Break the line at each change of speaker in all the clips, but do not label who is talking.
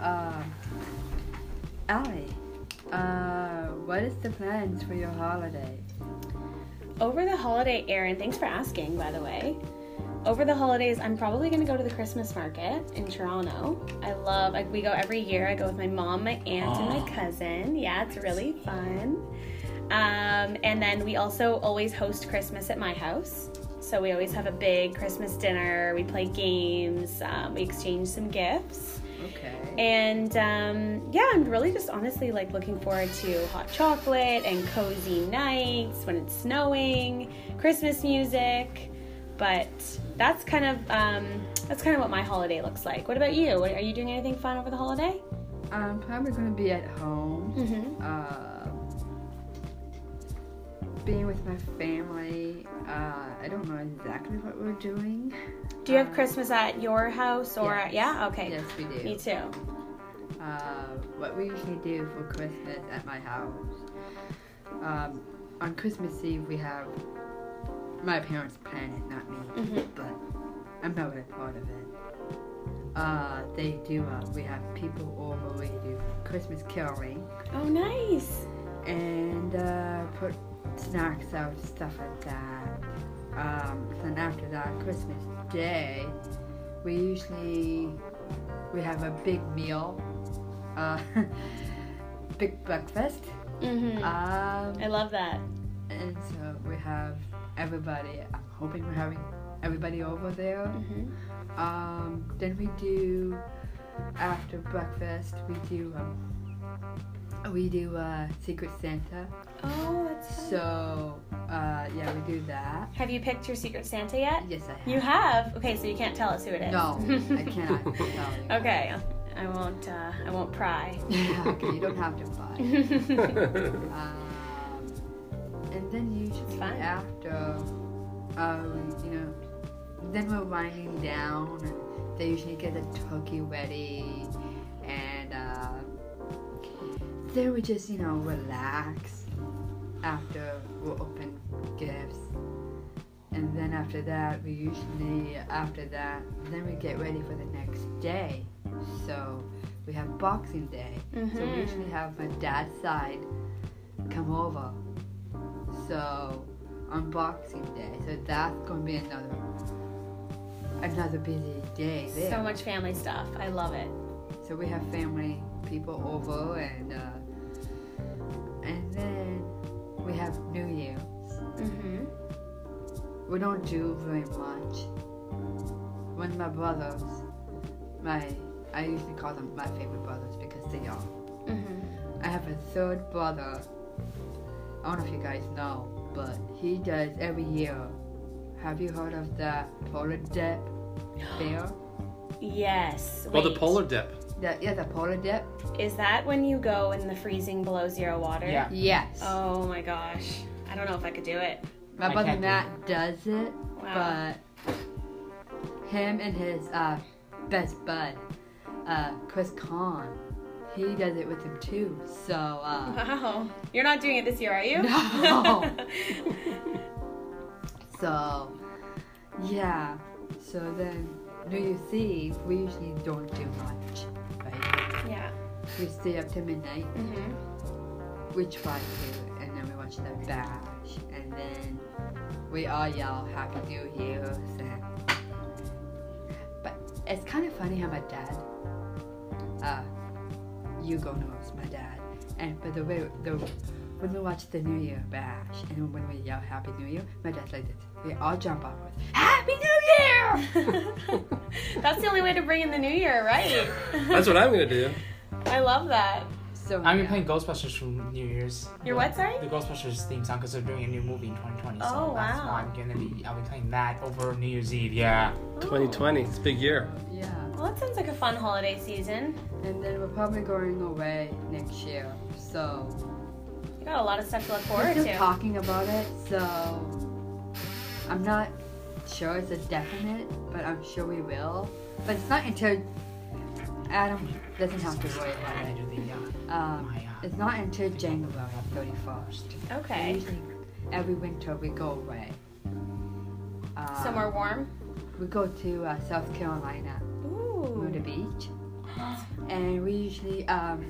um, Uh, what is the plans for your holiday?
Over the holiday, Erin, thanks for asking, by the way. Over the holidays, I'm probably going to go to the Christmas market in Toronto. I love, like, we go every year. I go with my mom, my aunt, and my cousin. Yeah, it's really fun. Um, and then we also always host Christmas at my house. So we always have a big Christmas dinner. We play games, um, we exchange some gifts.
Okay.
And um, yeah, I'm really just honestly like looking forward to hot chocolate and cozy nights when it's snowing, Christmas music. But that's kind of um, that's kind of what my holiday looks like. What about you? What- Are you doing anything fun over the holiday?
I'm probably Um, gonna be at home,
Mm-hmm.
uh, being with my family. Uh, I don't know exactly what we're doing.
Do you have
Uh,
Christmas at your house or
yes.
yeah? Okay,
Yes, we do.
me too.
uh, what we usually do for Christmas at my house. Um, on Christmas Eve, we have my parents plan it, not me,
Mhm.
but I'm not really part of it. Uh, they do. Uh, we have people over. We do Christmas caroling
Oh, nice.
and uh, put snacks out, stuff like that. Um, then after that, Christmas Day, we usually we have a big meal, uh, big breakfast,
Mm-hmm.
um,
I love that.
and so we have everybody. I'm hoping we're having everybody over there.
Mm-hmm.
Um, then we do after breakfast. We do um, we do uh, Secret Santa.
Oh, that's fun.
So, uh, yeah, we do that.
Have you picked your secret Santa yet?
Yes, I have.
You have. Okay, so you can't tell us who it is.
No, I cannot tell you.
Okay, I won't. Uh, I won't pry.
okay, you don't have to buy.
mm-hmm.
Um, and then usually
fine.
after, um, you know, then we're winding down. and They usually get the turkey ready, and uh, then we just, you know, relax after we open gifts. And then after that, we usually, after that, then we get ready for the next day. So we have Boxing Day.
Mm-hmm.
So we usually have my dad's side come over. So on Boxing Day. So that's gonna be another another busy day there.
So much family stuff. I love it.
So we have family people over and uh, and then we have New Year.
Mm-hmm.
We don't do very much. When my brothers, my I usually call them my favorite brothers because they are.
Mm-hmm.
I have a third brother. I don't know if you guys know, but he does every year. Have you heard of the polar dip fair?
Yes.
Well, the
wait.
polar dip.
The, yeah, the polar dip.
Is that when you go in the freezing below zero water?
Yeah.
Yes.
Oh my gosh. I don't know if I could do it.
Uh, My
I
brother
can't do
Matt does it,
Wow.
but him and his uh, best bud, uh, Chris Kahn, he does it with him too. So uh,
Wow. You're not doing it this year, are you?
No. so yeah. So then New Year's Eve, we usually don't do much, right?
yeah.
We stay up to midnight.
Mm-hmm.
We try to, and then we watch the bash, and then we all yell Happy New Year's. And... But it's kind of funny how my dad, uh, Hugo knows my dad, and but the way the when we watch the New Year bash and when we yell Happy New Year, my dad's like this. We all jump up with Happy New Year.
That's the only way to bring in the new year, right?
That's what I'm gonna do.
I love that.
So
I've been
yeah.
playing Ghostbusters from New Year's.
Your
The-
what, sorry?
The Ghostbusters theme song because they're doing a new movie in 2020. So
Oh,
that's
wow.
why I'm gonna be. I'll be playing that over New Year's Eve. Yeah.
2020. It's a big year.
Yeah.
Well, that sounds like a fun holiday season.
And then we're probably going away next year. So
You got a lot of stuff to look
we're
forward
still
to.
talking about it, so I'm not sure it's a definite, but I'm sure we will. But it's not until Adam doesn't have to worry
I'm
about
gonna
it.
do the, uh,
Um,
my, uh,
it's not until January 31st.
Okay.
Usually every winter we go away. Uh,
Somewhere warm.
We go to uh, South Carolina. Luna
Ooh.
Beach. And we usually um,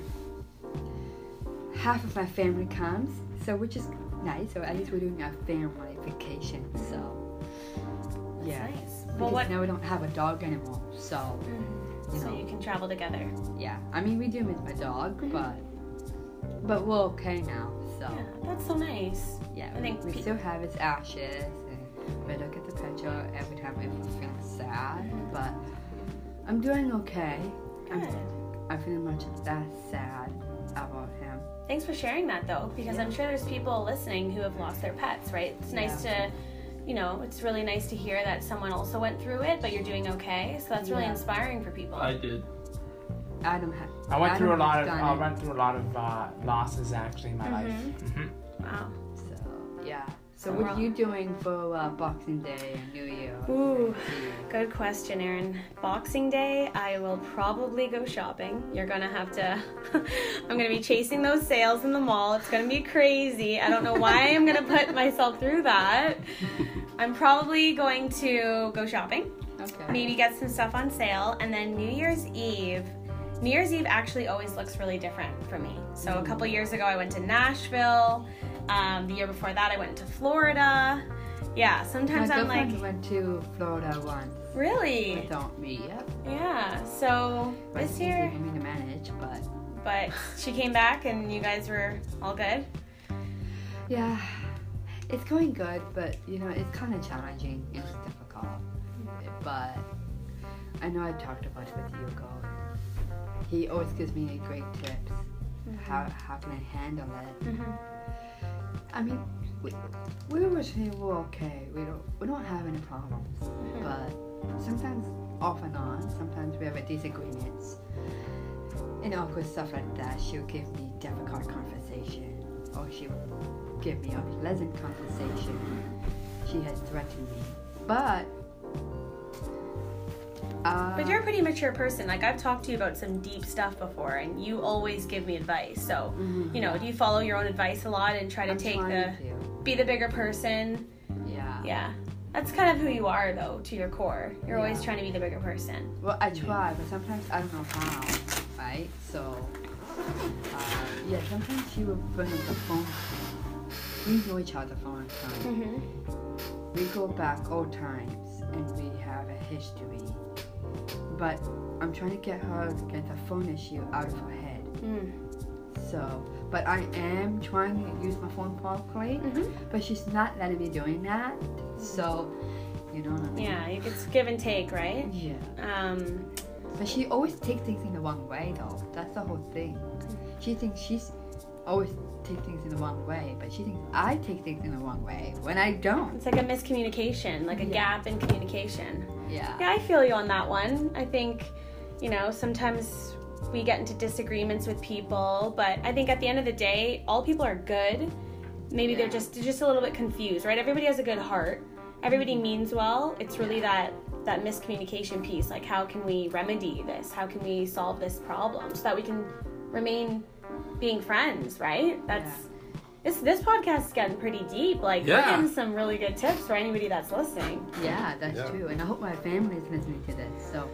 half of my family comes, so which is nice. So at least we're doing a family vacation. So
That's
yeah,
nice.
because
Well, what? Mm.
now we don't have a dog anymore. So you
So
know,
you can travel together.
yeah. I mean, we do miss my dog,
Mhm.
but but we're okay now. So
Yeah, that's so nice.
yeah,
I think
we
pe-
still have his ashes, and we look at the picture every time if we feel sad. But I'm doing okay.
Good.
I feel much that sad about him.
Thanks for sharing that though, because I'm sure there's people listening who have lost their pets, right? It's nice to, you know, it's really nice to hear that someone also went through it, but you're doing okay. So that's really
Yeah.
inspiring for people.
I did.
Adam had.
I went through a
Adam
lot
has
of
done
I
it.
went through a lot of uh, losses actually in my
Mhm.
life. hmm
wow.
So yeah. So
Oh,
what
wow.
are you doing for uh, Boxing Day and New Year?
Ooh, good question, Erin. Boxing Day, I will probably go shopping. You're gonna have to. I'm gonna be chasing those sales in the mall. It's gonna be crazy. I don't know why I'm gonna put myself through that. I'm probably going to go shopping,
Okay.
maybe get some stuff on sale, and then New Year's Eve. New Year's Eve actually always looks really different for me. So a couple years ago, I went to Nashville. Um, the year before that, I went to Florida. Yeah,
My
sometimes I'm
girlfriend
like,
went to Florida once
really?
without me. Yep.
Yeah. So
But
this
it's easy
year,
for me to manage, but
but she came back and you guys were all good.
yeah, it's going good. But you know, it's kind of challenging and it's difficult. But I know I talked about it with Hugo. He always gives me great tips. How how can I handle it? I mean, we, we originally were okay. We don't we don't have any problems, Mm-hmm.
Hmm.
but sometimes off and on, sometimes we have a disagreements. And awkward stuff like that. She'll give me difficult conversation, or she'll give me unpleasant conversation. She has threatened me, but. Uh,
But you're a pretty mature person. Like I've talked to you about some deep stuff before, and you always give me advice. So
Mhm.
you know, do you follow your own advice a lot and try to
I'm
take the
trying to,
be the bigger person?
yeah.
Yeah. That's kind of who you are, though, to your core. You're always
Yeah.
trying to be the bigger person.
Well, I try, but sometimes I don't know how, right? So, uh, yeah, sometimes she will bring up the phone. We know each other for a long time.
Mm-hmm.
We go back old times and we have a history. But I'm trying to get her to get the phone issue out of her head. So, but I am trying to use my phone properly,
Mm-hmm.
but she's not letting me doing that. So, you know what I mean?
Mm. Yeah, you- it's give and take, right?
Yeah.
Um,
But she always takes things in the wrong way, though. That's the whole thing. She thinks she's always take things in the wrong way, but she thinks I take things in the wrong way when I don't.
it's like a miscommunication, like a
Yeah.
gap in communication.
Yeah.
Yeah, I feel you on that one. I think, you know, sometimes we get into disagreements with people, but I think at the end of the day, all people are good. Maybe they're
Yeah.
just they're just a little bit confused, right? Everybody has a good heart. Everybody
Mm-hmm.
means well. It's really that that miscommunication piece, like how can we remedy this? How can we solve this problem so that we can remain being friends, right? That's This, this podcast is getting pretty deep. Like, we're
Yeah.
getting some really good tips for anybody that's listening.
Yeah, that's
Yeah.
true. And I hope my family is listening to this. So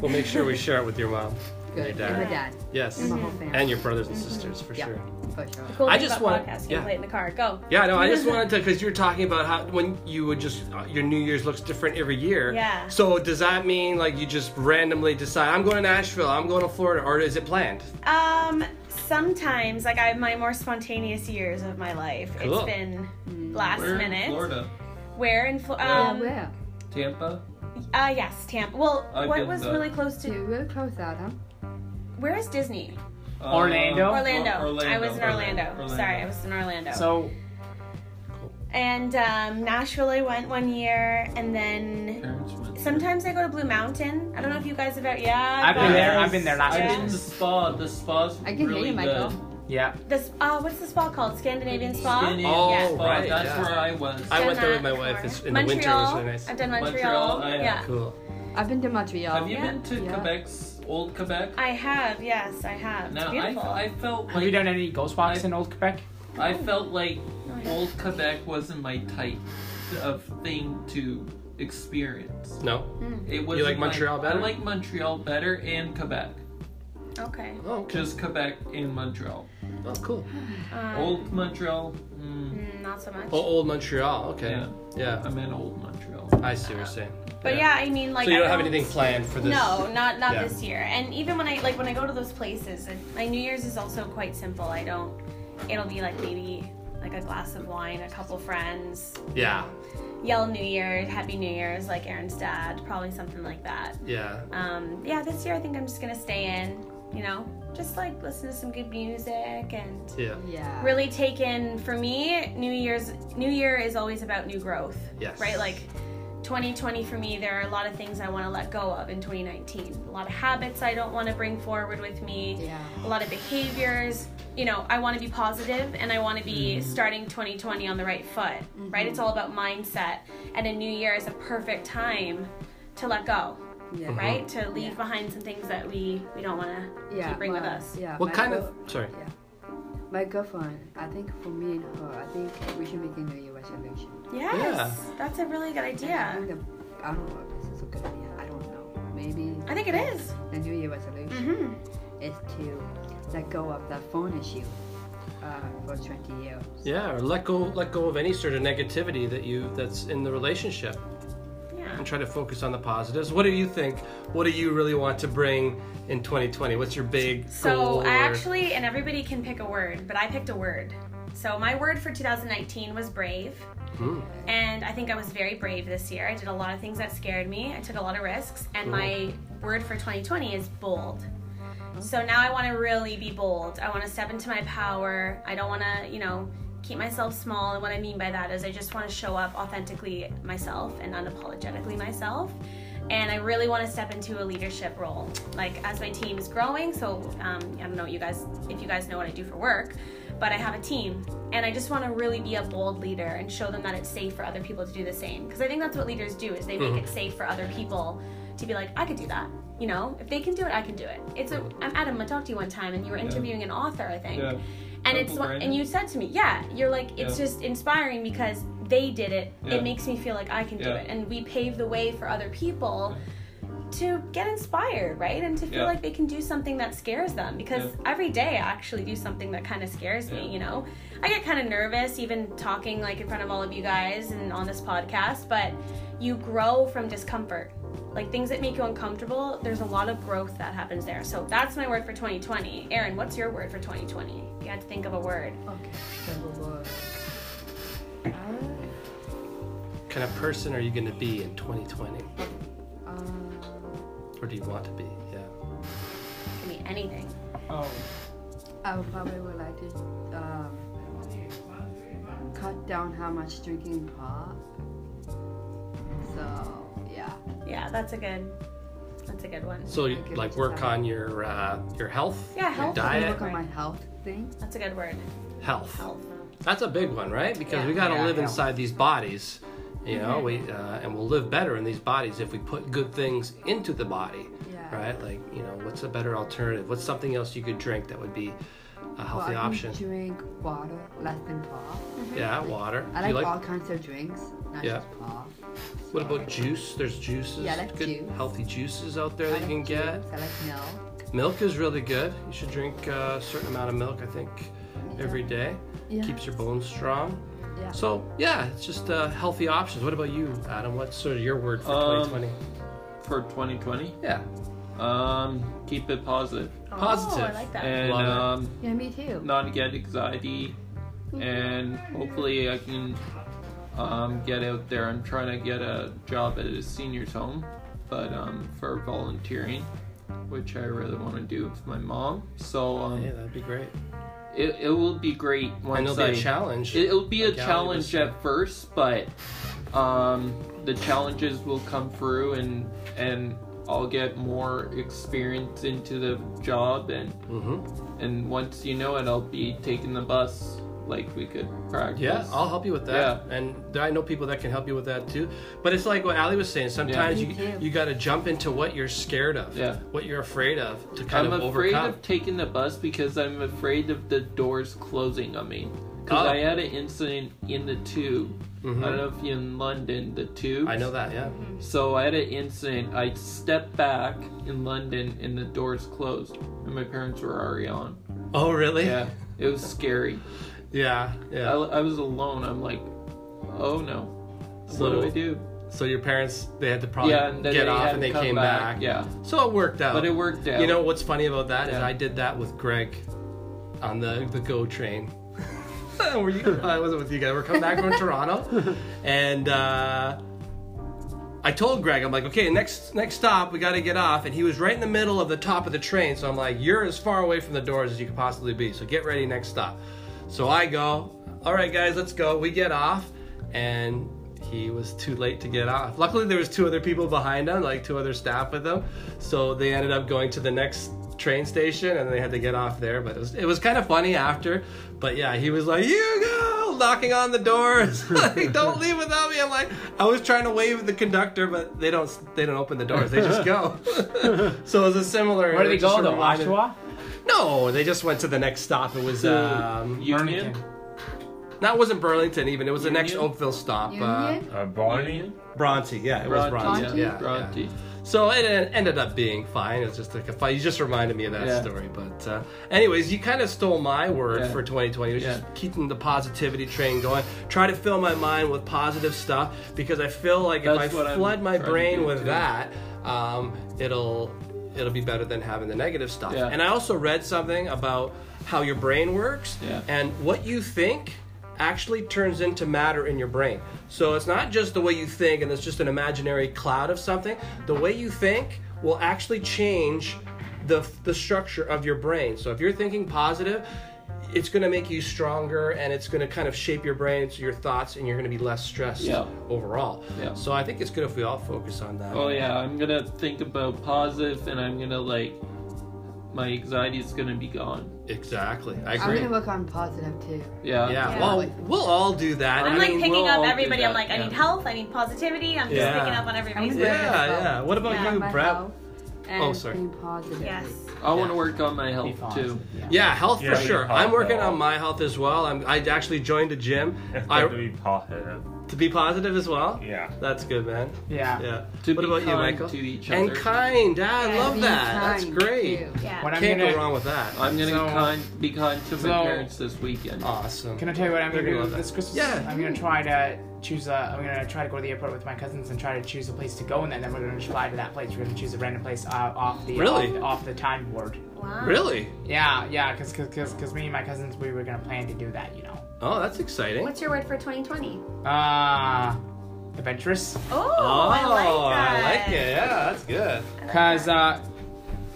We'll make sure we share it with your mom.
good.
Your dad.
And my dad.
Yes.
And my whole family.
And your brothers and sisters, for
Yeah.
sure.
for sure.
Cool
I
thing
just
about
wanna-
podcasts, You
yeah.
can play it in the car. Go.
Yeah, no, I just wanted to, because you were talking about how when you would just, uh, your New Year's looks different every year.
Yeah.
So does that mean like you just randomly decide, I'm going to Nashville, I'm going to Florida, or is it planned?
Um, sometimes, like I have my more spontaneous years of my life. It's
Cool.
been last minute.
Florida,
Where in Florida?
Yeah,
Um,
where?
Tampa.
uh, yes, Tampa. Well,
I
what
did
was
the-
really close to?
Dude, we're close, Adam.
Where is Disney?
um,
Oh,
Orlando?
Or-
Uh, Orlando.
Orlando.
I was in Orlando. Sorry, I was in Orlando.
So
and um, Nashville, I went one year, and then
Parents went.
sometimes I go to Blue Mountain. I don't know if you guys have ever. Yeah,
I've been there.
guys.
I've been there last
I
Yeah.
did the spa. The spa's
I can hear
really
you, Michael.
good.
yeah,
This uh, what's the spa called? Scandinavian spa.
Skinny
Oh,
yeah.
right,
That's
yeah.
where I was.
I went there
Done
with my
that
wife.
before.
It's in
Montreal.
the winter. It was really nice.
I've done Montreal.
Montreal, Oh, I have.
yeah.
Cool.
I've been to Montreal.
Have you
Yeah.
been to
Yeah.
Quebec's old Quebec?
I have, yes, I have. It's
no, I,
beautiful.
I felt
have you
like
done any ghost walks in Old Quebec?
I felt like
No, I haven't.
old Quebec wasn't my type of thing to experience.
No?
It was
like Montreal better?
I like Montreal better and Quebec.
Okay.
Oh, okay.
Just Quebec and Montreal.
Oh, cool.
Um,
Old Montreal. Mm,
mm, Not so much.
Oh, old Montreal. Okay. Yeah.
Yeah. I'm in Old Montreal.
I see what you're saying.
But yeah, I mean, like.
oh, so you
I
don't have anything planned for this?
No, not not
Yeah.
this year. And even when I like when I go to those places, and my New Year's is also quite simple. I don't. It'll be like maybe like a glass of wine, a couple friends,
Yeah.
yell New Year, Happy New Year's, like Aaron's dad, probably something like that.
Yeah.
Um, yeah, this year I think I'm just gonna stay in. You know, just like listen to some good music and
Yeah.
Yeah.
really take in for me new year's new year is always about new growth
Yes.
right like 2020 for me there are a lot of things i want to let go of in 2019 a lot of habits i don't want to bring forward with me
Yeah.
a lot of behaviors you know i want to be positive and i want to be starting 2020 on the right foot right it's all about mindset and a new year is a perfect time to let go
Yeah.
right to leave
Mm-hmm. Yeah.
behind some things that we we don't want to
Yeah.
keep bring with
well,
us
Yeah.
What
my
kind
girl-
of. Sorry.
My girlfriend, I think for me and her, I think we should make a New Year resolution.
yes that's a really good idea
I think the, I don't know if this is a good idea. I don't know. Maybe
I think it is.
the New Year resolution
Mm-hmm.
is to let go of that phone issue uh, for 20 years.
Yeah, or let go let go of any sort of negativity that you that's in the relationship
Yeah.
and try to focus on the positives. What do you think? What do you really want to bring in 2020? What's your big
So
goal?
I
or-
actually, and everybody can pick a word, but I picked a word. So my word for 2019 was brave,
Hmm.
and I think I was very brave this year. I did a lot of things that scared me. I took a lot of risks, and my word for 2020 is bold. So now I want to really be bold. I want to step into my power. I don't want to, you know, keep myself small. And what I mean by that is I just want to show up authentically myself and unapologetically myself. And I really want to step into a leadership role. Like as my team is growing, so um, I don't know what you guys if you guys know what I do for work, but I have a team, and I just want to really be a bold leader and show them that it's safe for other people to do the same. Because I think that's what leaders do is they make it safe for other people to be like, I could do that. You know, if they can do it, I can do it. It's a. I'm Adam. I talked to you one time, and you were interviewing an author, I think.
Yeah.
And it's
Temple
one,
Grandin.
and you said to me, yeah, you're like it's
Yeah.
just inspiring because they did it.
Yeah.
It makes me feel like I can do
Yeah.
it, and we pave the way for other people to get inspired, right? And to feel
Yeah.
like they can do something that scares them because
Yeah.
every day I actually do something that kind of scares
Yeah.
me, you know. I get kind of nervous even talking like in front of all of you guys and on this podcast, but you grow from discomfort. Like things that make you uncomfortable, there's a lot of growth that happens there. So that's my word for 2020. Aaron, what's your word for 2020? You had to think of a word.
Okay. So, uh, I-
What kind of person are you going to be in 2020?
uh,
Or do you want to be? Yeah.
It can be anything.
Oh,
I would probably would like to um, cut down how much drinking pot. So, yeah.
Yeah, that's a good that's a good one.
So you,
Okay,
like
just
work
that.
on your uh, your health,
Yeah,
your
health.
diet,
Look at my health thing.
That's a good word.
health.
Health. Oh,
That's a big one, right? Because we
Yeah.
got to
Yeah, Mm-hmm.
live
health.
inside these bodies, you know. We uh, and we'll live better in these bodies if we put good things into the body,
Yeah.
right? Like you know, what's a better alternative? What's something else you could drink that would be a
Well,
healthy
I
option?
can drink water less than pop.
Mm-hmm.
Yeah, water.
I
Do
like,
you
all kinds of drinks, not
Yeah.
just pop.
what about juice? There's juices.
Yeah, I like
good
juice.
healthy juices out there
I
that
like
you can get.
juice, I like milk.
Milk is really good. You should drink uh, a certain amount of milk, I think, every day.
Yeah.
Keeps your bones strong.
Yeah.
So yeah, it's just uh, healthy options. What about you, Adam? What's sort of your word for
Um,
2020?
For 2020,
Yeah,
um, keep it positive
Oh, I
Positive.
like that.
and
Love it.
um,
Yeah, me too.
not get anxiety and hopefully I can um, get out there. I'm trying to get a job at a senior's home, but um, for volunteering, which I really want to do with my mom. So
yeah,
um,
that'd be great.
it, it will be great
And
once
it'll be
I,
a challenge.
It, will be a
Like Ali was
challenge
saying.
at first, but um, the challenges will come through and and I'll get more experience into the job and
hmm
and once you know it, I'll be taking the bus. Like we could practice.
Yeah, I'll help you with that. And there- I know people that can help you with that too. But it's like what Ali was saying. Sometimes
Me
you
too.
you got to jump into what you're scared of.
Yeah.
What you're afraid of to kind
I'm
of
afraid
overcome.
of taking the bus because I'm afraid of the doors closing on me. Because
Oh.
I had an incident in the tube. I don't know if you're in London, the tube.
Mm-hmm. I know that, yeah.
So I had an incident. I stepped back in London and the doors closed, and my parents were already on.
Oh, really?
Yeah, it was scary.
Yeah, yeah.
I, I was alone. I'm like, oh no, what
So-
do I do?
So your parents, they had to probably
Yeah, and then
get
they
off
had
and
to
they
come
came back. Um,
back, yeah.
So it worked out.
But it worked out.
You know what's funny about that is
Yeah.
I did that with Greg on the, the GO train. Were you, I wasn't with you guys. We're coming back from Toronto. And uh, I told Greg, I'm like, okay, next next stop, we got to get off. And he was right in the middle of the top of the train. So I'm like, you're as far away from the doors as you could possibly be. So get ready, next stop. So I go, all right, guys, let's go. We get off. And he was too late to get off. Luckily, there was two other people behind him, like two other staff with him. So they ended up going to the next train station and they had to get off there. But it was, it was kind of funny after. But yeah, he was like, you go knocking on the doors. like, don't leave without me. I'm like, I was trying to wave at the conductor, but they don't. They don't open the doors. They just go. so it was a similar.
Where do they
it just
go though?
reminded-
Oshawa?
No, they just went to the next stop. It was um,
Union.
that wasn't Burlington even. It was the next
Union?
Oakville stop. Uh,
Union?
Uh, Barney?
Bronte. Yeah, it was Bronte.
Bronte?
Yeah, yeah.
Bronte.
So it en- ended up being fine. It's just like a fight. You just reminded me of that
Yeah.
story. But uh, anyways, you kind of stole my word
Yeah.
for 2020. It was
Yeah.
just keeping the positivity train going. Try to fill my mind with positive stuff because I feel like if
That's
I
what I'm
flood my
trying to
brain
do,
with
too.
that, um, it'll it'll be better than having the negative stuff.
Yeah.
And I also read something about how your brain works
Yeah.
and what you think actually turns into matter in your brain. So it's not just the way you think and it's just an imaginary cloud of something. The way you think will actually change the the structure of your brain. So if you're thinking positive, it's going to make you stronger and it's going to kind of shape your brain so your thoughts and you're going to be less stressed
Yeah.
overall.
Yeah.
So I think it's good if we all focus on that.
Oh yeah, I'm gonna think about positive, and I'm gonna like, my anxiety is gonna be gone.
Exactly. I
I'm
agree.
gonna work on positive too.
Yeah.
yeah.
Yeah.
Well, we'll all do that.
I'm
I
like
mean,
picking
we'll all
up
do
everybody. I'm
that,
like, I
yeah.
need health. I need positivity. I'm just
Yeah.
picking up on everybody's.
Yeah.
Yeah, yeah. What about
Yeah,
you,
My
Brett?
health and
Oh, sorry.
being positive.
Yes.
I want to work on my
Be
health too.
positive, yeah.
Yeah, health
Yeah,
for
we
sure.
talked
I'm working
about-
on my health as well. I'm, I actually joined a gym
It's
I,
going to be positive.
to be positive as well.
Yeah.
That's good, man.
Yeah.
Yeah.
To
what
be
about you,
kind
Michael?
to each
and
other.
kind. Ah, I
Yeah,
love
Be
that. That's
kind
great.
too.
Yeah.
What I'm
Can't
gonna,
go wrong with that.
I'm gonna
So-
kind, be kind to my
so-
parents this weekend.
awesome.
Can I tell you what I'm
They're
gonna do
gonna love
this
that.
Christmas?
Yeah.
I'm gonna try to choose a. I'm gonna try to go to the airport with my cousins and try to choose a place to go, and then, then we're gonna fly to that place. We're gonna choose a random place uh, off the
Really?
off, off the time board.
Wow.
Really?
Yeah, yeah, cause, cause, cause, 'cause me and my cousins we were gonna plan to do that, you know.
Oh, that's exciting.
What's your word for 2020?
Uh, adventurous.
Oh, I
Oh,
like
I
that.
like it. Yeah, that's good.
Cause uh,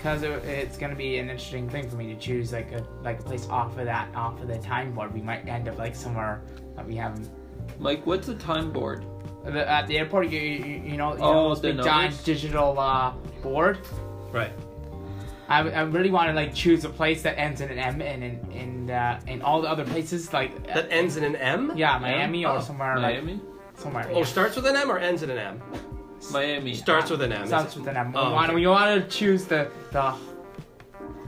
cause it, it's gonna be an interesting thing for me to choose like a like a place off of that off of the time board. We might end up like somewhere that we haven't.
Mike, what's a time board?
The, at the airport, you you, you know, you
Oh,
know those
the
big giant
numbers?
digital uh, board.
Right.
I, I really want to like choose a place that ends in an M and and and, uh, and all the other places like uh,
That ends in an M?
yeah Miami
Oh,
or somewhere
Miami.
like somewhere.
Oh, starts with an M or ends in an M?
Miami.
Starts with an M. is
Starts
it?
with an M.
Oh,
we want
okay.
we want to choose the the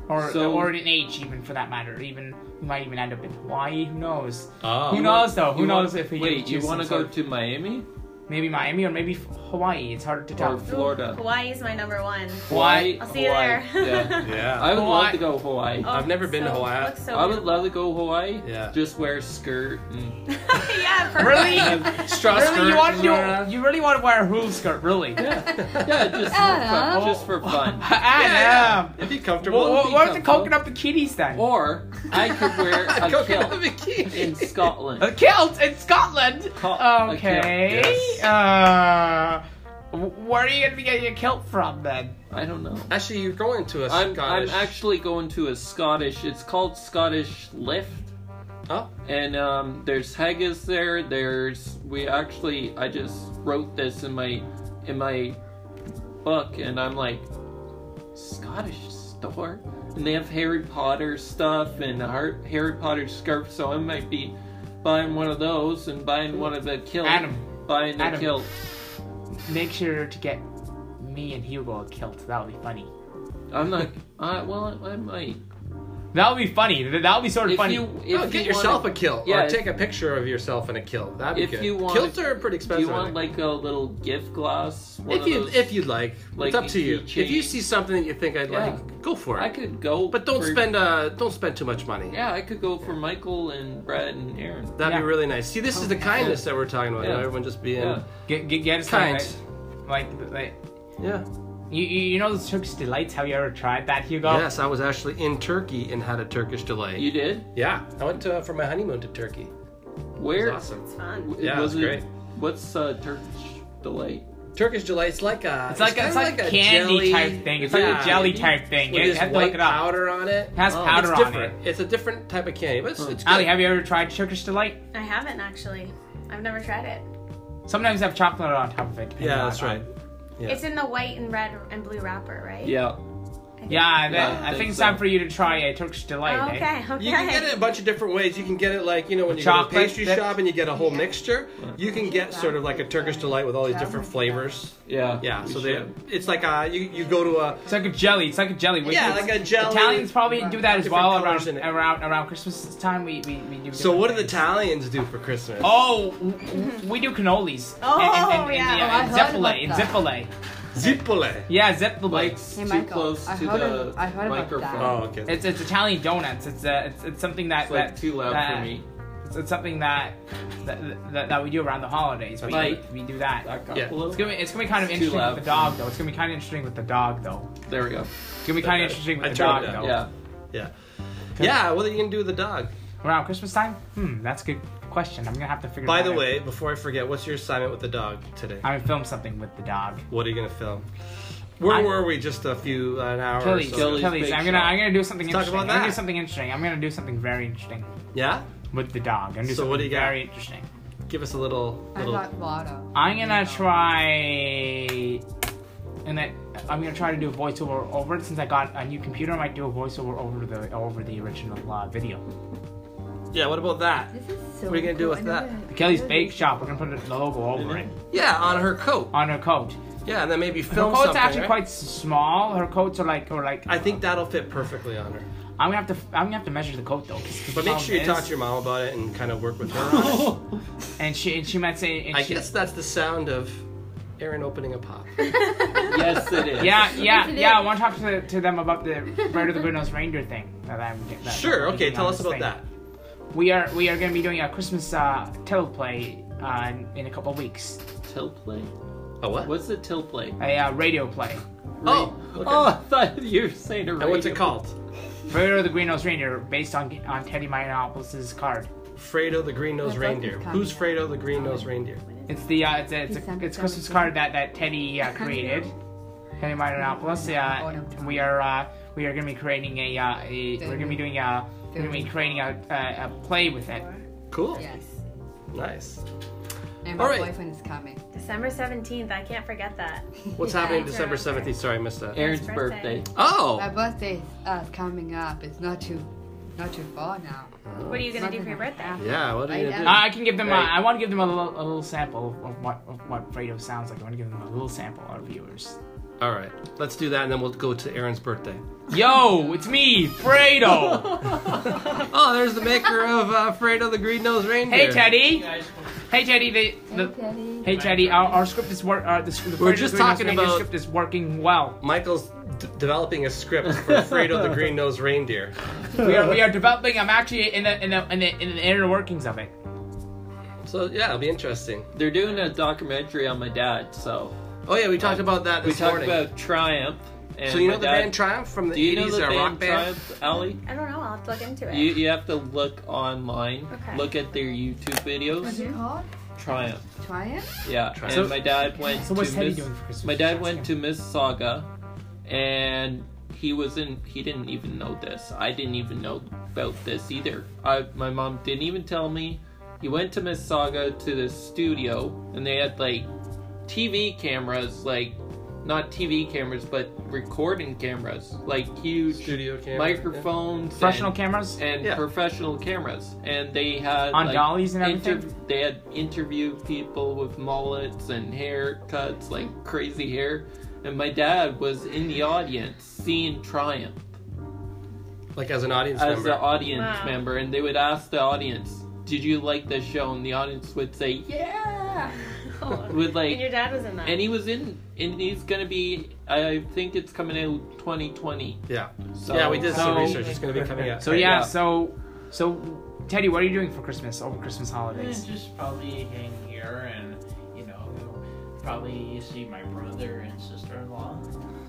or
So-
or an H even for that matter. Even we might even end up in Hawaii. Who knows?
Oh.
Who
You want-
knows though? Who
you want-
knows if we get
wait. You
choose
want to
some
go
sort
to Miami?
of- maybe Miami or maybe Hawaii. It's hard to
Or
tell.
Florida.
Hawaii is my number one.
Hawaii.
I'll see you
Hawaii.
there.
Yeah.
Yeah.
I would love
Hawaii.
to go Hawaii.
Oh,
I've never been to
so-
Hawaii.
looks so
I would love to go Hawaii.
Yeah.
Just wear a skirt. And...
beautiful. yeah, perfect.
Really?
Straw
really? You
skirt,
want to
somewhere around.
do, You really want to wear a hula skirt? Really?
Yeah, just for fun. Just for fun.
I am.
It'd be comfortable.
Well,
It'd
what
be
what if the
comfortable.
coconut bikinis then?
Or I could wear a
Coconut
kilt in
bikini.
A
Scotland.
kilt in Scotland.
Col- a
okay.
kilt, yes.
Uh, wh- where are you gonna be getting your kilt from then?
I don't know.
Actually, you're going to a
I'm, I'm
Scottish.
actually going to a Scottish. It's called Scottish Lift,
Oh,
and um, there's haggis there. There's we actually. I just wrote this in my in my book, and I'm like Scottish store, and they have Harry Potter stuff and Har- Harry Potter scarf. So I might be buying one of those and buying one of the kilt.
Adam.
Buying the
Adam.
kilt.
Make sure to get me and Hugo a kilt. That'll be funny.
I'm not. I, well, I might.
That would be funny. Th- That would be sort of
If
funny.
you if
No,
you
get yourself
wanna,
a kilt or
yeah, if-
take a picture of yourself in a kilt. That'd be
If
good.
you want-
kilts are pretty
do
expensive.
you
I
want
think.
like a little gift glass? One
if
of
you
those-
if you'd like,
like,
it's up to you.
keychain.
If you see something that you think I'd
Yeah.
like, go for it.
I could go,
but don't
for-
spend uh don't spend too much money.
Yeah, I could go for Michael and Brad and Aaron.
That'd be
Yeah.
really nice. See, this is the kindness that we're talking about. you know,
Yeah.
everyone just being
Yeah.
get get get us
kind.
Like, like, like
Yeah.
you you you know those Turkish delights? Have you ever tried that, Hugo?
Yes, I was actually in Turkey and had a Turkish delay.
You did?
yeah, I went to, for my honeymoon to Turkey. It
Where?
was awesome.
Fun.
w-
Yeah, it
was
was
it-
great.
What's uh, Turkish delight?
Turkish delight. It's like a.
It's like a, it's
kinda
like, a candy
jelly
type thing. It's like
Yeah.
a jelly type thing.
With
You
this
have to
white
look it up.
powder on it.
It has
Oh.
powder
it's
on it.
different. It's a different type of candy, but it's, it's good.
Ali, have you ever tried Turkish delight?
I haven't actually. I've never tried it.
Sometimes have chocolate on top of it.
yeah,
And,
that's
uh,
right. Yeah.
It's in the white and red and blue wrapper, right?
Yeah.
Yeah, I,
Yeah, I
I think,
think
it's time
so.
for you to try a Turkish delight. eh?
Oh, Okay. Okay.
You can get it a bunch of different ways. You can get it like you know when you go to a
Chocolate
pastry
dip.
shop and you get a whole mixture. You can get sort of like a Turkish delight with all these different flavors.
Yeah.
Yeah,
we
so they,
should.
it's like uh you, you go to a
It's like a jelly. It's like a jelly. We-
yeah
it's-
like a jelly.
Italians probably do that as
Different
well
colours
around
in it.
around around Christmas time. We we, we do.
So what do
different
the
things.
Italians do for Christmas?
Oh, w- w- we do cannolis.
Oh,
and, and,
yeah.
and,
Oh,
I
and,
heard
uh,
about
and
that.
Zeppole.
Zippole.
Yeah, zeppole.
Mike's
Hey,
too
Michael,
close
I
to
heard
the
of- I heard about that.
microphone.
Oh, okay.
It's, it's Italian donuts. It's, uh, it's it's something that
It's like
that,
too loud
that-
for me.
It's, it's something that that, that that we do around the holidays. We,
Like-
we do that.
That got
Yeah.
below.
It's gonna be it's gonna be kind of
It's too
interesting
loud.
with the dog though. It's gonna be kind of interesting with the dog though.
There we go.
It's gonna be kind of interesting
I
with the
turned
dog
it down.
though.
Yeah.
Yeah. Yeah, what are you gonna do with the dog?
Around Christmas time? Hmm, that's a good question. I'm gonna have to figure.
By
that
the
out.
way, before I forget, what's your assignment with the dog today?
I'm gonna film something with the dog.
What are you gonna film? Where
I-
were we just a few an hour or
Kelly's,
so?
Kelly's
Kelly's.
Bake
I'm gonna,
Shop.
I'm gonna do something
Let's talk
interesting.
about
I'm gonna
that.
do something interesting. I'm gonna do something very interesting
Yeah?
with the dog. I'm gonna do
So
something
what do you got?
very interesting.
Give us a little
I
little
got water.
I'm gonna try, and then I'm gonna try to do a voiceover over it since I got a new computer. I might do a voiceover over the over the original uh, video.
Yeah, what about that?
This is so
What are you gonna do
cool.
with
I never-
that?
Kelly's Bake Shop. We're gonna put the logo over it
Yeah, on her coat.
on her coat.
Yeah, and then maybe film
Her coat's
something.
actually
right?
quite s- small. Her coats are like, or like. uh,
I think that'll fit perfectly on her.
I'm gonna have to. I'm gonna have to measure the coat though. 'cause- 'cause
But make
the
sure you
problem
talk to
Oh, is-
your mom about it and kind of work with her. on it.
And she and she might say. And
I
she,
guess that's the sound of Aaron opening a pop.
yes, it is.
Yeah, yeah,
Yes, it
yeah. I
is.
want to talk to, to them about the Bird of the Good Nose Reindeer thing. That I'm, that
sure.
I'm
Okay,
working
tell
on
us
this
about
thing.
that.
We are we are going to be doing a Christmas uh, teleplay uh, in, in a couple weeks.
Till play.
A what?
What's the till play?
A uh, radio play.
Oh, okay.
Oh, I thought you were saying a radio.
And what's it called?
Bird of the Green Nose Reindeer, based on on Teddy Minopoulos' card.
Fredo the Green Nosed
That's what
Reindeer.
it's called.
Who's Fredo the Green Nosed Reindeer?
It's the uh, it's a, it's, a,
December
it's a Christmas
17th.
card that that Teddy uh, created. Teddy Minopoulos. Uh, and we are uh, we are going to be creating a, uh, a we're going to be doing a we're going to be creating a, a, a play with it. Uh,
Cool.
Yes.
Nice.
And my
All right.
boyfriend is coming.
December 17th. I can't forget that.
What's
Yeah.
happening
Thanks,
December
Aaron.
seventeenth? Sorry, I missed that.
Aaron's
It's
birthday.
birthday.
My
Oh,
birthday is uh, coming up. It's not too, not too far now.
What are you gonna do for your birthday?
yeah. What are you gonna do?
I I can give them. A,
Right.
I want to give them a little, a little sample of what of what Fredo sounds like. I want to give them a little sample, our viewers.
All right, let's do that, and then we'll go to Aaron's birthday.
Yo, it's me, Fredo.
Oh, there's the maker of uh, Fredo the Green Nosed Reindeer.
hey, Teddy. Hey, Teddy. The, the,
Teddy.
hey, Teddy. Our, our script is work. Uh, the, sc- the
We're
Fredo
just
the Green Nose
talking
Reindeer
about-
script is working well.
Michael's d- developing a script for Fredo the Green Nosed Reindeer.
We are we are developing. I'm actually in the in the in the, in the inner workings of it.
So yeah, it'll be interesting.
They're doing a documentary on my dad, so
Oh yeah, we talked about that
Um, we
this
talked
morning.
about Triumph. And
so you
my
know the
dad-
band Triumph from the
Do you
80s,
know the
a
band
rock band?
Triumph, Ellie?
I don't know. I'll have to look into it.
You, you have to look online,
Okay.
look at their YouTube
What's
videos.
it called?
Triumph,
Triumph?
yeah.
Triumph.
And
So-
my dad went
So
to
what's Teddy
Miss,
doing for Christmas?
my dad
Ask
went
him.
to Mississauga, and he was in. He didn't even know this. I didn't even know about this either. I, my mom didn't even tell me. He went to Mississauga to the studio, and they had like TV cameras, like not TV cameras, but recording cameras, like huge
Studio camera,
microphones,
Professional
and-
cameras
and
Yeah.
professional cameras, and they had
on
like,
dollies and
inter-
everything.
they had interviewed people with mullets and haircuts, like crazy hair. And my dad was in the audience seeing Triumph.
like as an audience
as
member.
the audience
Wow.
member, and they would ask the audience, "Did you like the show?" And the audience would say, "Yeah." Would like
and your dad was in that.
And he was in, and he's gonna be. I think it's coming out 2020.
yeah,
So,
yeah, we did some
so-
research. It's going to be coming out.
So yeah,
Yeah.
so so Teddy, what are you doing for Christmas over Christmas
It's
holidays?
just probably hang here and, you know, probably see my brother and sister in law.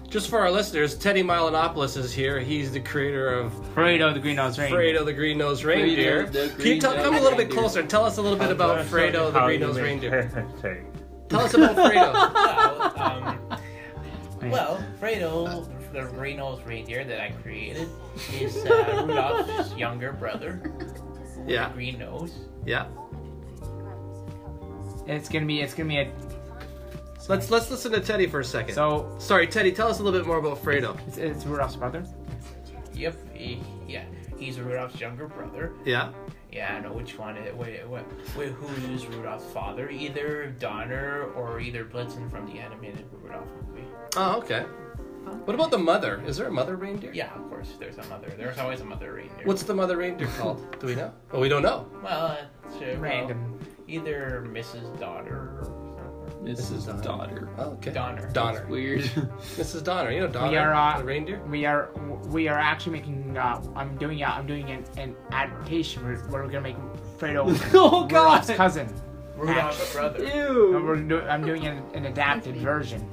Just for our listeners, Teddy Milanopoulos is here. He's the creator of
Fredo the Green Nose Rain.
Fredo the Green Nosed Reindeer.
Fredo the
Can you tell,
Green-Nosed
come a little bit
Reindeer.
closer? Tell us a little bit about Fredo the Green Nosed Reindeer.
reindeer.
Tell us about Fredo.
Well, um, well, Fredo, the Reno's reindeer that I created, is uh, Rudolph's younger brother,
Yeah,
Green Nose.
yeah.
It's gonna be it's gonna be a
Let's let's listen to Teddy for a second.
so
Sorry, Teddy. Tell us a little bit more about Fredo.
it's, it's Rudolph's brother.
Yep, he, yeah, he's Rudolph's younger brother.
Yeah,
Yeah, I know which one. It, wait, wait, wait, who is Rudolph's father? Either Donner or either Blitzen from the animated Rudolph movie.
Oh, okay. What about the mother? Is there a mother reindeer?
Yeah, of course. There's a mother. There's always a mother reindeer.
What's the mother reindeer called? Do we know? Oh, we don't know.
well, it's, uh, well,
Random.
either Mrs. Donner or
Mrs.
Donner.
Daughter.
Oh, okay.
Donner.
Donner.
Weird.
Mrs. Donner. You know Donner,
We are, uh,
the reindeer.
We are we are actually making uh, I'm doing uh, I'm doing an, an adaptation where, where we're gonna make Fredo
oh
Rudolph's cousin.
Rudolph's brother.
And
Ew.
we're do- I'm doing an, an adapted version.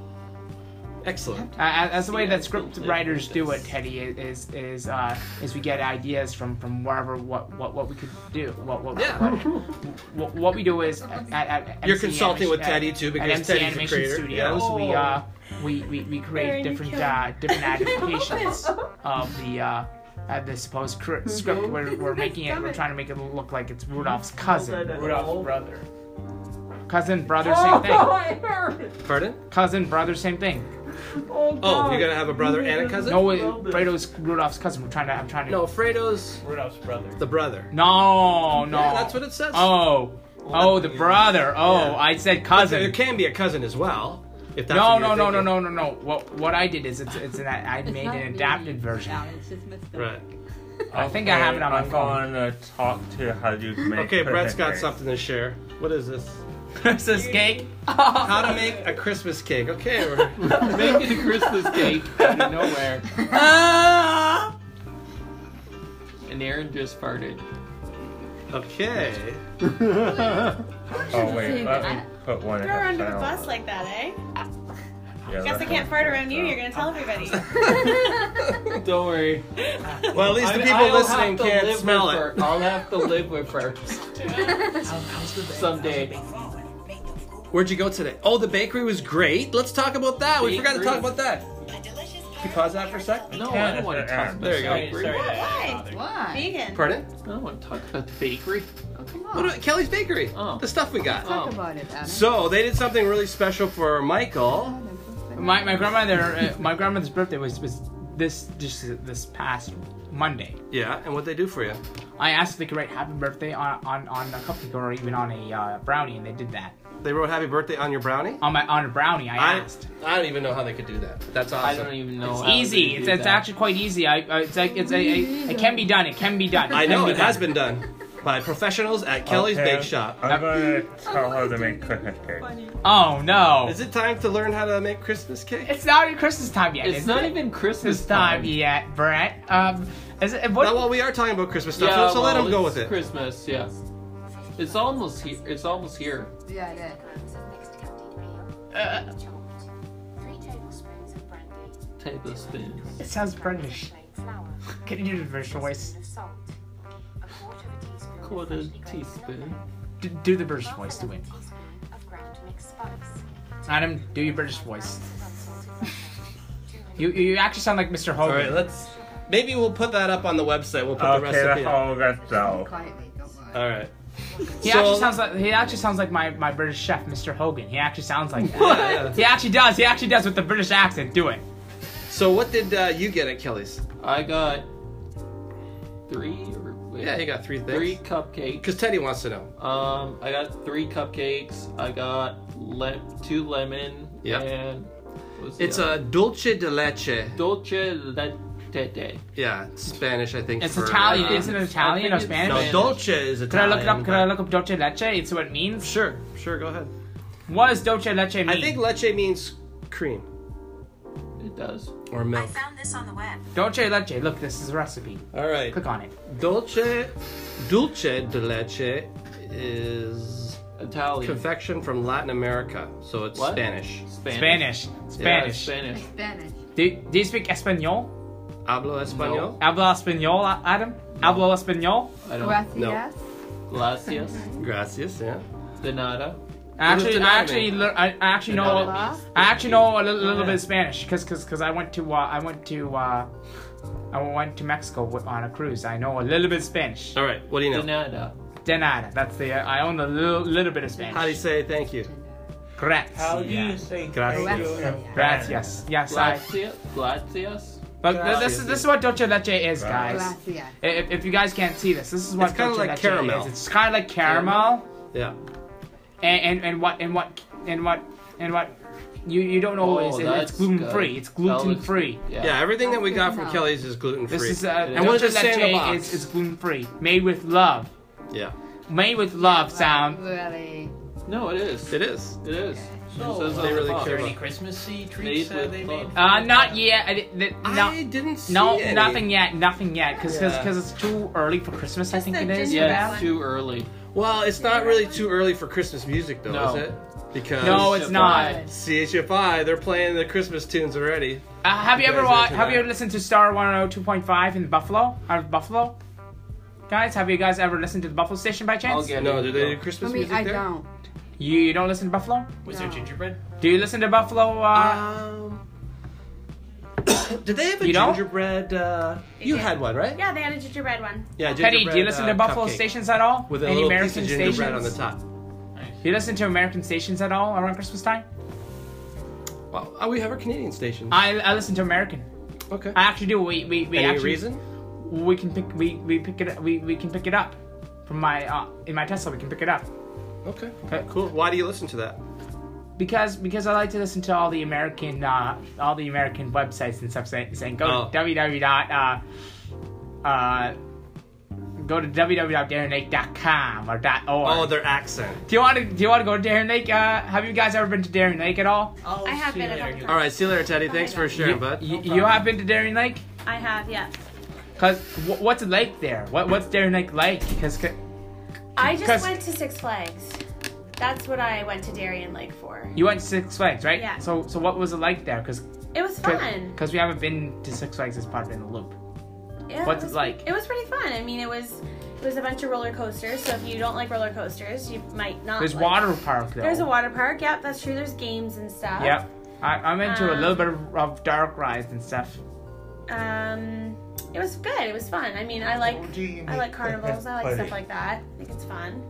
Excellent.
Uh, that's the way
Yeah,
that
it's
script
built in
writers
with
do it,
this.
Teddy. Is is uh, is we get ideas from from wherever what what, what we could do. What what,
Yeah.
what, what what we do is at, at, at
You're
MC
consulting
Animation-
with
at-
Teddy, too,
at
because
MC
Teddy's the
Animation
creator.
Studios.
Yeah.
We uh we, we, we
Aaron,
create
you
different
killed
uh, different adaptations of the uh, uh, the supposed cr- script. We're, we're making it. We're trying to make it look like it's Rudolph's cousin,
Rudolph's brother.
cousin brother, same thing.
Pardon?
Cousin brother, same thing.
Oh, you're gonna have a brother and a cousin?
No, it, Fredo's Rudolph's cousin. We're trying to. I'm trying to.
No, Fredo's
Rudolph's brother.
the brother.
No, no.
Yeah, that's what it says.
Oh, oh, the brother. Oh,
Yeah.
I said
There
cousin.
can be a cousin as well. If that's
No,
what
no,
you're
no, no,
thinking.
no, no, no. What what I did is it's it's an I made
not
an
me.
adapted version.
Yeah, it's just messed up.
Right.
I think I have it on my
I'm
phone.
gonna talk to how you make.
Okay, Brett's got
presents.
something to share. What is this?
Christmas cake.
How to make a Christmas cake. Okay, we're,
Making a Christmas cake out of nowhere.
Ah!
And Aaron just farted.
okay.
Oh wait, let me
I-
put one.
Throw her under the bus like that, eh?
Yeah,
Guess I can't fart around you. You're gonna tell everybody.
Don't worry.
Well, at least the people listening can't smell it.
I'll have to live with her someday.
Where'd you go today? Oh, the bakery was great. Let's talk about that. We forgot to
Bakery.
talk about that. Can you pause that for a sec?
No, I don't want to talk about
There you go.
the bakery.
Sorry,
Why?
Why?
Vegan.
Pardon?
I don't want to talk about the bakery.
Oh, come
What
on.
about Kelly's Bakery?
Oh.
The stuff we got.
Talk
Oh.
about it, Adam. Oh,
So they did something really special for Michael.
My my grandmother uh, my grandmother's birthday was was this just this past Monday.
Yeah, and what they do for you?
I asked if they could write happy birthday on on, on a cupcake or even on a uh, brownie, and they did that.
They wrote "Happy Birthday" on your brownie.
On my on a brownie, I
I,
asked.
I don't even know how they could do that. That's
I
awesome.
don't even know.
It's
how
easy.
they
It's,
do
it's
that.
actually quite easy. I, I it's like it's a, a, it can be done. It can be done.
I
can
know
be
it
done.
has been done by professionals at Kelly's
Okay,
Bake Shop.
I'm gonna tell her to make Christmas cake.
Oh no!
Is it time to learn how to make Christmas cake?
It's not even Christmas time yet.
It's
is
not
it?
even Christmas
Christmas time yet, Brett. Um, is it, what?
Now, well, we are talking about Christmas stuff, so, so let
well,
him go
it's
with it.
Christmas, yeah. It's almost here. It's almost here.
Yeah, that.
Three tablespoons of brandy.
Tablespoons.
it sounds British.
plain flour.
Can you do the British
A
voice?
teaspoon of salt. A quarter of a teaspoon. of
Quarter
freshly grated
teaspoon.
nutmeg,
Do, do the British
half
voice.
another
Do it.
teaspoon of ground mixed spice.
Adam, do your British voice.
Ounce of unsalted butter. Two hundred
You you actually sound like Mr.
All right,
Hogan.
let's. Maybe we'll put that up on the website. We'll put
Okay,
the
that's
recipe. Up.
all that's all.
Quietly, don't worry.
All right.
he
so-
actually sounds like he actually sounds like my, my British chef, Mr. Hogan. He actually sounds like that.
Yeah.
he actually does. He actually does with the British accent. Do it.
So what did uh, you get at Kelly's?
I got three. Or, wait,
Yeah, you got three things.
three cupcakes.
Because Teddy wants to know.
Um, I got three cupcakes. I got le- two lemon.
Yeah.
And what was the
It's uh,
other?
a dulce de leche.
dolce le- Tete.
Yeah, it's Spanish, I think.
It's
for,
Italian.
uh,
It's an Italian
I
or
think it's-
Spanish?
no, Dolce is
Could I
Italian.
look it up? Could
but-
I look up Dolce Leche and see what it means?
Sure, sure. Go ahead.
What does Dolce Leche mean?
I think leche means cream
It does.
or milk.
found this on the web.
Dolce Leche. Look, this is a recipe.
All right.
Click on it.
Dolce, dulce de leche is
Italian.
confection from Latin America, so it's
What?
Spanish.
Spanish.
Yeah,
Spanish.
Spanish.
Spanish.
do, do you speak Espanol?
Hablo español.
Habla Espanol, Adam? Habla Espanol?
I don't.
Gracias.
Gracias.
Gracias. Yeah.
De nada. E.
I
Who's
actually,
denying
I actually,
it?
lear- I I actually know.
Hola.
I actually know a little, little bit of Spanish because I went to uh, I went to uh, I went to Mexico wi- on a cruise. I know a little bit of Spanish.
All right. What do you
De
know?
nada.
De nada. That's the uh, I own a little little bit of Spanish.
How do you say thank you?
Correct.
How do
Yeah.
you say
Gracias.
thank you
Gracias.
in
Gracias. Yes, I.
Gracias. Gracias.
But
uh,
th- this is this is what dulce de leche is, guys.
Gracias.
I- If, if you guys can't see this, this is what
It's kinda
dulce
like
leche
caramel.
is. It's kind of like caramel,
Yeah.
and, and and what and what and what and what you you don't know
Oh,
is
that's
it's gluten free.
good.
It's
That
gluten
looks-
free.
Yeah.
Yeah. Everything that we got from
No.
Kelly's is gluten free.
This is uh,
And
and
what
what
does
does
it say in the box?
Is, is gluten free, made with love,
yeah.
made with love sound.
Really.
No, it is.
It is.
It is.
So,
It says
uh,
on
They
the
really
box.
care
there any
about.
Christmassy treats uh,
with
they
love.
made?
Uh, not yet. I, di- di-
I
no,
didn't see
no,
any.
nothing yet, nothing yet, because
Yeah.
it's too early for Christmas. I
Just
think
the
it is.
ginger
Yeah,
Yeah.
it's too early.
Well, it's not really too early for Christmas music though,
No.
is it? Because
No, it's not.
Goodbye.
CHFI, they're playing the Christmas tunes already.
Uh, have you
You
ever
guys are
watched?
too
Have you
bad.
ever listened to Star 102.5 in Buffalo? Out of Buffalo, guys, have you guys ever listened to the Buffalo station by chance?
I'll get
No, do
it.
they do
I
Christmas
mean,
music
I
there?
don't.
You, you don't listen to Buffalo?
Was there
No.
gingerbread?
Do you listen to Buffalo? Uh,
Um, did they have a
You don't?
gingerbread? Uh, you
did.
had one, right?
Yeah, they had a gingerbread one.
Yeah,
Teddy, do you
gingerbread,
listen
uh,
to Buffalo
cupcake
stations at all?
With a
Any
little
American
piece of gingerbread
stations?
on the top.
Do you listen to American stations at all around Christmas time?
Well, oh, we have our Canadian stations.
I, I listen to American.
okay.
I actually do. We we, we
Any
actually
reason?
we can pick we, we pick it we, we can pick it up from my uh, in my Tesla. We can pick it up
Okay.
Okay.
Cool. Why do you listen to that?
because because I like to listen to all the American uh, all the American websites and stuff saying, saying go
Oh.
to www dot uh, uh, go to www.darrenlake.com or dot org.
Oh, their accent.
do you want to do you want to go to Darren Lake? Uh, have you guys ever been to Darren Lake at all?
Oh,
I have
see
been
you
a
later,
couple
you-
All right. See you later, Teddy. Thanks for sharing, bud.
You, you have been to Darien Lake?
I have, yeah.
Cause wh- what's a lake there? What what's Darien Lake like? Cause, 'cause-
I just
'Cause-
went to Six Flags. That's what I went to Darien Lake for.
You went to Six Flags, right?
Yeah.
So so what was it like there? Because
It was fun.
because we haven't been to Six Flags as part of in the loop.
Yeah,
What's it
was,
like?
It was pretty fun. I mean, it was it was a bunch of roller coasters. So if you don't like roller coasters, you might not.
There's
like-
water park though.
There's a water park. Yep, that's true. There's games and stuff.
Yep. I, I'm into a
Um,
little bit of, of dark rides and stuff.
Um, it was good. It was fun. I mean, I like I like carnivals. I like stuff like that. I think it's fun.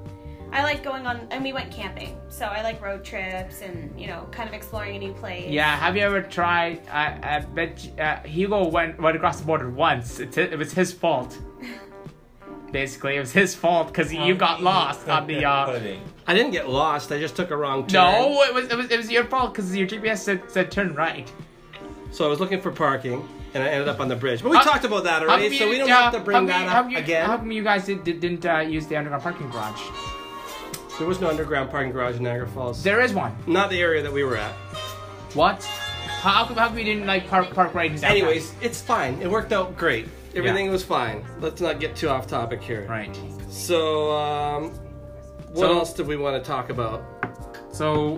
I like going on, and we went camping. So I like road trips and you know, kind of exploring a new place.
Yeah. Have you ever tried? I, I bet you- uh, Hugo went went across the border once. It, it was his fault. Basically, it was his fault because you got lost on the. Uh,
I didn't get lost. I just took a wrong turn.
no, it was, it was it was your fault because your GPS said, said turn right.
So I was looking for parking, and I ended up on the bridge. But we
How-
talked about that
How
already,
come
so
Uh, you-
we don't
yeah,
have to
how
bring
come
that
you-
up
how come you-
again.
How come you guys did, did, not uh, use the underground parking garage?
There was no underground parking garage in Niagara Falls.
There is one.
Not the area that we were at.
What? How, how come how come you didn't like park park right in downtown?
Anyways, it's fine. It worked out great. Everything was fine. Let's not get too off topic here.
Right.
So, um, what
So-
else did we want to talk about?
So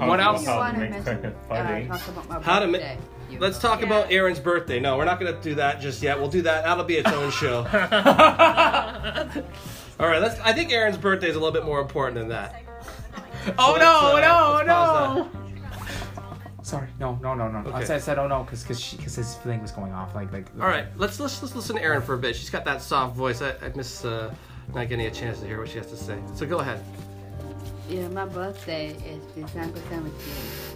What
else?
You
How
want
to
to
make
miss,
cricket
uh,
funny.
talk about my
How to ma-
birthday. you
Let's
know.
talk about Aaron's birthday. No, we're not going to do that just yet. We'll do that. That'll be its own show. All right. Let's. I think Aaron's birthday is a little bit more important than that.
Oh
let's,
no,
uh,
no,
let's pause
no. Sorry. No, no, no, no. I
Okay.
said, I said oh no cuz cuz cuz his thing was going off like like
All right. Let's let's let's listen to Aaron for a bit. She's got that soft voice. I, I miss uh, not getting a chance to hear what she has to say. So go ahead,
Yeah, my birthday is December 17th.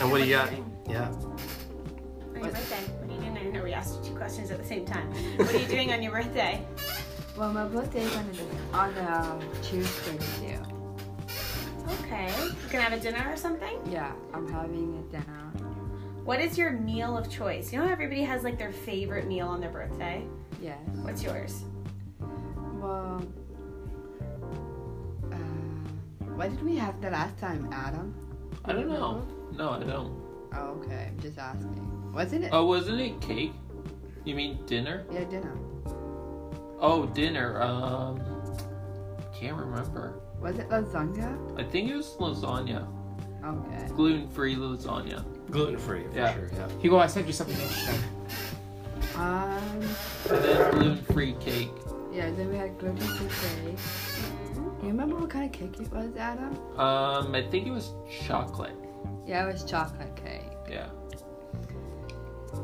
and what do you got? Yeah.
On your birthday. What are you doing? I know we asked you two questions at the same time. What are you doing on your birthday?
Well, my birthday is on the, on the Tuesday. Yeah.
Okay. You gonna have a dinner or something?
yeah, I'm having a dinner.
What is your meal of choice? You know how everybody has like their favorite meal on their birthday?
Yes.
What's yours?
Well, uh, what did we have the last time, Adam?
I don't know. No, I don't.
Oh, okay. I'm just asking. Wasn't it?
Oh, wasn't it cake? You mean dinner?
Yeah, dinner.
Oh, dinner. Um, can't remember.
Was it lasagna?
I think it was lasagna,
Okay.
gluten-free lasagna.
Gluten free, for
Yeah.
sure. Yeah.
Hugo, I sent you something interesting.
Um,
And then gluten-free cake.
yeah, then we had gluten free cake. You remember what kind of cake it was, Adam?
Um, I think it was chocolate.
Yeah, it was chocolate cake.
Yeah.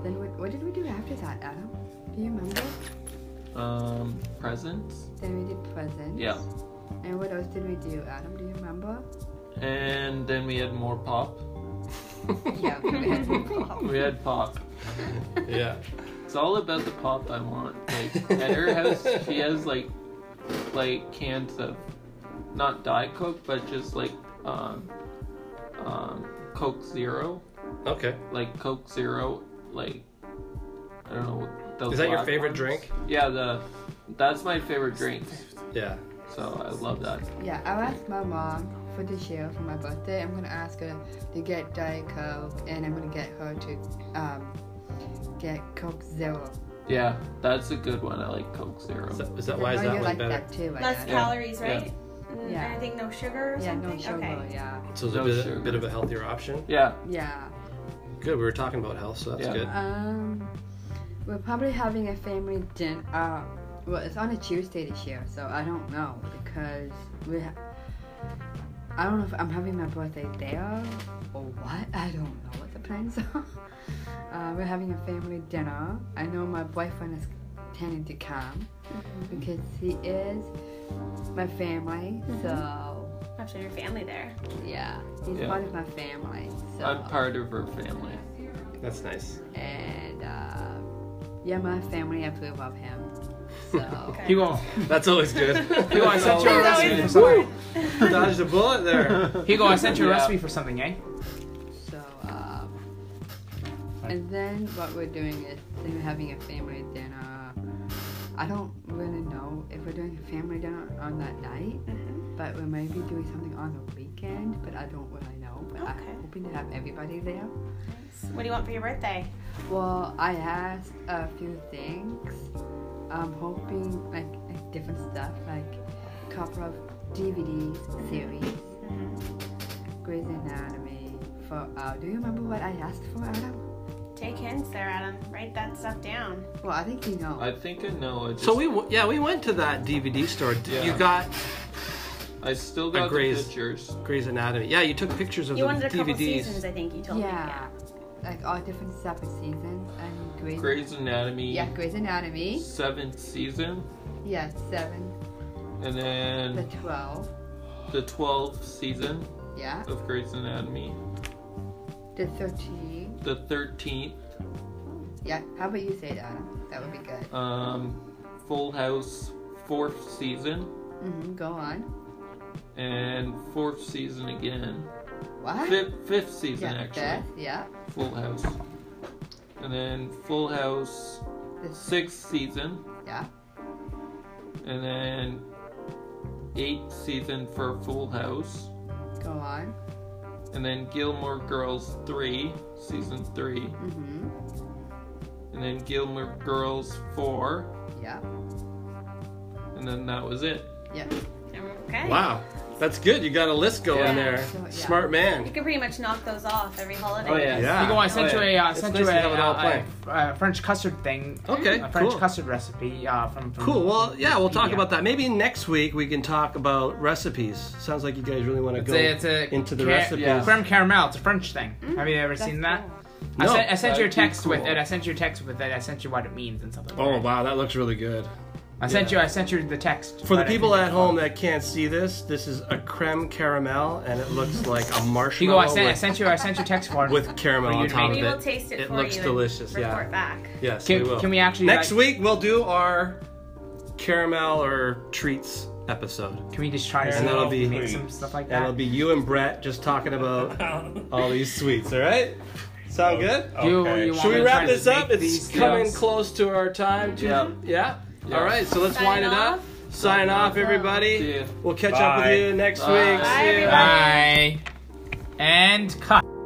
Then what, what did we do after that, Adam? Do you remember?
Um, presents.
Then we did presents.
Yeah.
And what else did we do, Adam? Do you remember?
And then we had more pop. Oh,
yeah, we had
We had pop.
Yeah.
It's all about the pop I want. Like at her house, she has like like cans of not diet coke, but just like um um Coke Zero,
Okay.
like Coke Zero, like I don't know. what Those
Is that your
black
favorite
ones.
drink?
Yeah, the that's my favorite drink.
Yeah.
So I love that.
Yeah, I'll ask my mom for this year for my birthday. I'm gonna ask her to get Diet Coke, and I'm gonna get her to um, get Coke Zero.
Yeah, that's a good one. I like Coke Zero.
Is that, is that
I
why is
know
that
you
one
like
better?
that too. I
Less
guess.
Yeah.
calories, right? Mm,
Yeah.
And I think no sugar or
yeah,
something?
no sugar.
Okay.
Yeah,
So it's a
No
bit,
sugar.
bit of a healthier option.
Yeah,
yeah.
Good. We were talking about health, so that's
Yeah.
good.
Um, we're probably having a family dinner. Uh, well, it's on a Tuesday this year, so I don't know because we. Ha- I don't know if I'm having my birthday there or what. I don't know what the plans are. Uh, we're having a family dinner. I know my boyfriend is tending to come because he is my family. So
Actually, your family there.
yeah, he's
Yeah.
part of my family. So
I'm part of her family.
That's nice.
and uh, yeah, my family approve of him. So
Okay.
Hugo,
That's always good.
Hugo, I sent you a
That's
recipe for
always-
something.
Dodged a bullet there.
Hugo, I sent you a
Yeah.
recipe for something, eh?
so um, and then what we're doing is then we're having a family dinner. I don't really know if we're doing a family dinner on that night,
Mm-hmm.
but we may be doing something on the weekend. But I don't really know. But
Okay.
I'm hoping to have everybody there.
What do you want for your birthday?
Well, I asked a few things. I'm hoping like, like different stuff, like a couple of DVD series, Grey's Anatomy. For uh, do you remember what I asked for, Adam?
Take hints there, Adam. Write that stuff down.
Well, I think you know.
I think I know. I just,
So we w- yeah we went to that DVD store. D-
Yeah.
You got
I still got the
Agrees.
pictures.
Grey's Anatomy. Yeah, you took pictures of
You
the
wanted a couple
DVDs.
seasons, I think you told me.
yeah, like all different separate seasons and Grey's.
Grey's Anatomy,
Yeah, Grey's Anatomy.
seventh season,
Yeah, seven
and
to
then
twelve.
the twelfth season
Yeah,
of Grey's Anatomy,
to thirteen.
the thirteenth,
Yeah, how about you say it, Adam? That would be good.
um, Full House, fourth season,
hmm Go on.
and fourth season again,
What?
fifth, fifth season
yeah,
actually,
Beth, yeah.
Full House, and then Full House,
This,
sixth season,
yeah.
and then eighth season for Full House.
Go on.
and then Gilmore Girls 3, season 3,
Mm-hmm.
and then Gilmore Girls 4,
Yeah.
and then that was it.
Yeah.
Yeah. Okay.
Wow, that's good. You got a list going
Yeah.
there.
So, yeah.
Smart
You
man.
can pretty much knock those off every holiday.
Oh, Yeah.
Hugo, I sent
Oh,
you a,
yeah.
uh,
It's
sent
nice
you
to have
a,
it all
uh,
planned.
a, a French custard thing.
Okay,
A French
cool.
custard recipe uh, from, from.
Cool. Well, yeah, we'll talk
Wikipedia.
about that. Maybe next week we can talk about recipes. Sounds like you guys really want to
It's
go
a, it's a
into the
ca-
recipes.
yeah.
Creme caramel. It's a French thing. Have you ever seen that? I
No.
sent, I sent you a
That'd be
text with
cool.
it. I sent you a text with it. I sent you what it means and something.
Oh wow, that looks really good.
I sent you. I sent you the text.
For the
but I
people
think-
at home that can't see this, this is a creme caramel, and it looks like a marshmallow
Hugo, I sent, I
with,
sent you. I sent you a text for it.
with caramel
For you
on
to
top of
make-
We
it.
will taste it,
It
for
looks
you
delicious,
and
yeah.
report back.
Yes,
Can,
we will.
can we actually
Next
like,
week we'll do our caramel or treats episode.
Can we just try to
And
see
that'll
if we
be-
make some stuff like
And
that?
it'll be you and Brett just talking about all these sweets, all right? Sound Oh, good?
You-
Oh, Okay.
you
Should we
I'm
wrap
trying to
this up?
make
It's
these
coming
deals.
close to our time. To,
Yeah.
yeah?
Yeah.
All right, so let's
Sign
wind it up.
off.
Sign off, everybody.
See ya.
We'll catch up with
Bye.
you next
Bye.
week.
Bye,
See ya.
everybody.
Bye. And cut.